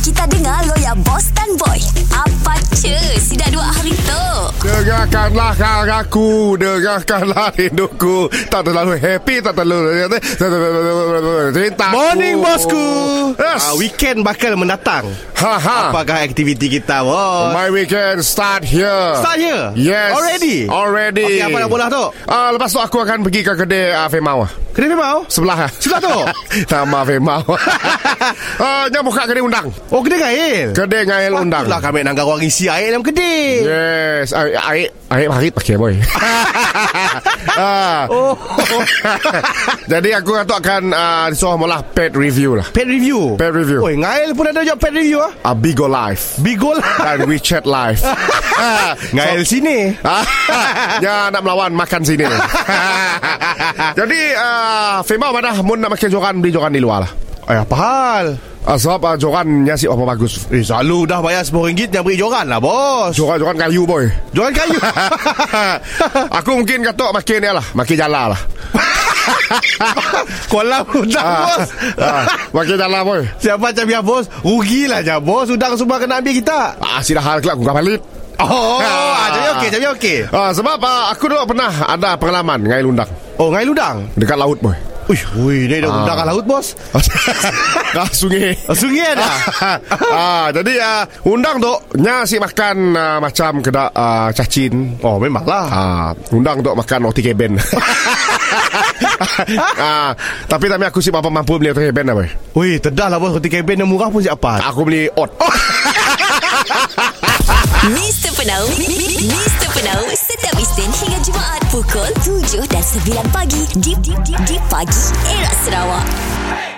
Kita dengar lo ya Boss dan Boy Apa cuy Si dah dua hari tu Dengarkanlah karaku Dengarkanlah rinduku Tak terlalu happy Tak terlalu Cinta Morning bosku. Oh. Yes Ah, weekend bakal mendatang. ha, ha. Apakah aktiviti kita, bos? My weekend start here Start here? Yes Already? Already Okey, apa nak lah, bola tu? Ah, Lepas tu aku akan pergi ke kedai uh, Femawa Kena mau? Sebelah ah. Sebelah tu? Nama Femawa uh, Dia buka kedai undang Oh, kedai kail. Kedai ngail undang Lah kami nak gawang isi air dalam kedai. Yes Ah, Aib Aib Aib Harit pakai boy ah. Oh. Jadi aku tu akan uh, Disuruh malah Pet review lah Pet review. Pet review. Oi, ngail pun ada job pet review ah. uh, Bigo Live Bigol. Dan WeChat Live Ah, Ngail so- sini. Ah, Ya nak melawan Makan sini Jadi uh, Fema mana Mun nak makan joran Beli joran di luar lah Eh, apa hal? uh, Sebab uh, joran Nyasi apa bagus Eh, selalu dah bayar RM10 yang beri joran lah, bos. Joran-joran kayu boy Joran kayu. Aku mungkin katok makin ni lah Makin jala lah Kolam udang, ah, bos. ah, Makin jala boy Siapa macam biar bos Rugilah je bos Udang semua kena ambil kita Ah, si dah hal kelak aku kau balik. Oh ah, Jadi okey Jadi okey Ah, sebab ah, aku dulu pernah ada pengalaman ngai lundak Oh ngai ludang dekat laut boy. Uish Ui ni dah udang kat laut bos ah, sungai. Ah, Sungai dah ah, jadi ah, undang tu nya si makan ah, macam kedak ah, cacin. Oh memanglah Ah, undang tu makan roti keben. ah, tapi tapi aku si bapa mampu beli roti keben dah boy. Ui tedah lah bos Roti kebin yang murah pun siapa Aku beli oat. Ah. Mr. Penau Mr. Penau Setiap Isnin hingga Jumaat Pukul 7 dan 9 pagi Di, di, di, di pagi Era Sarawak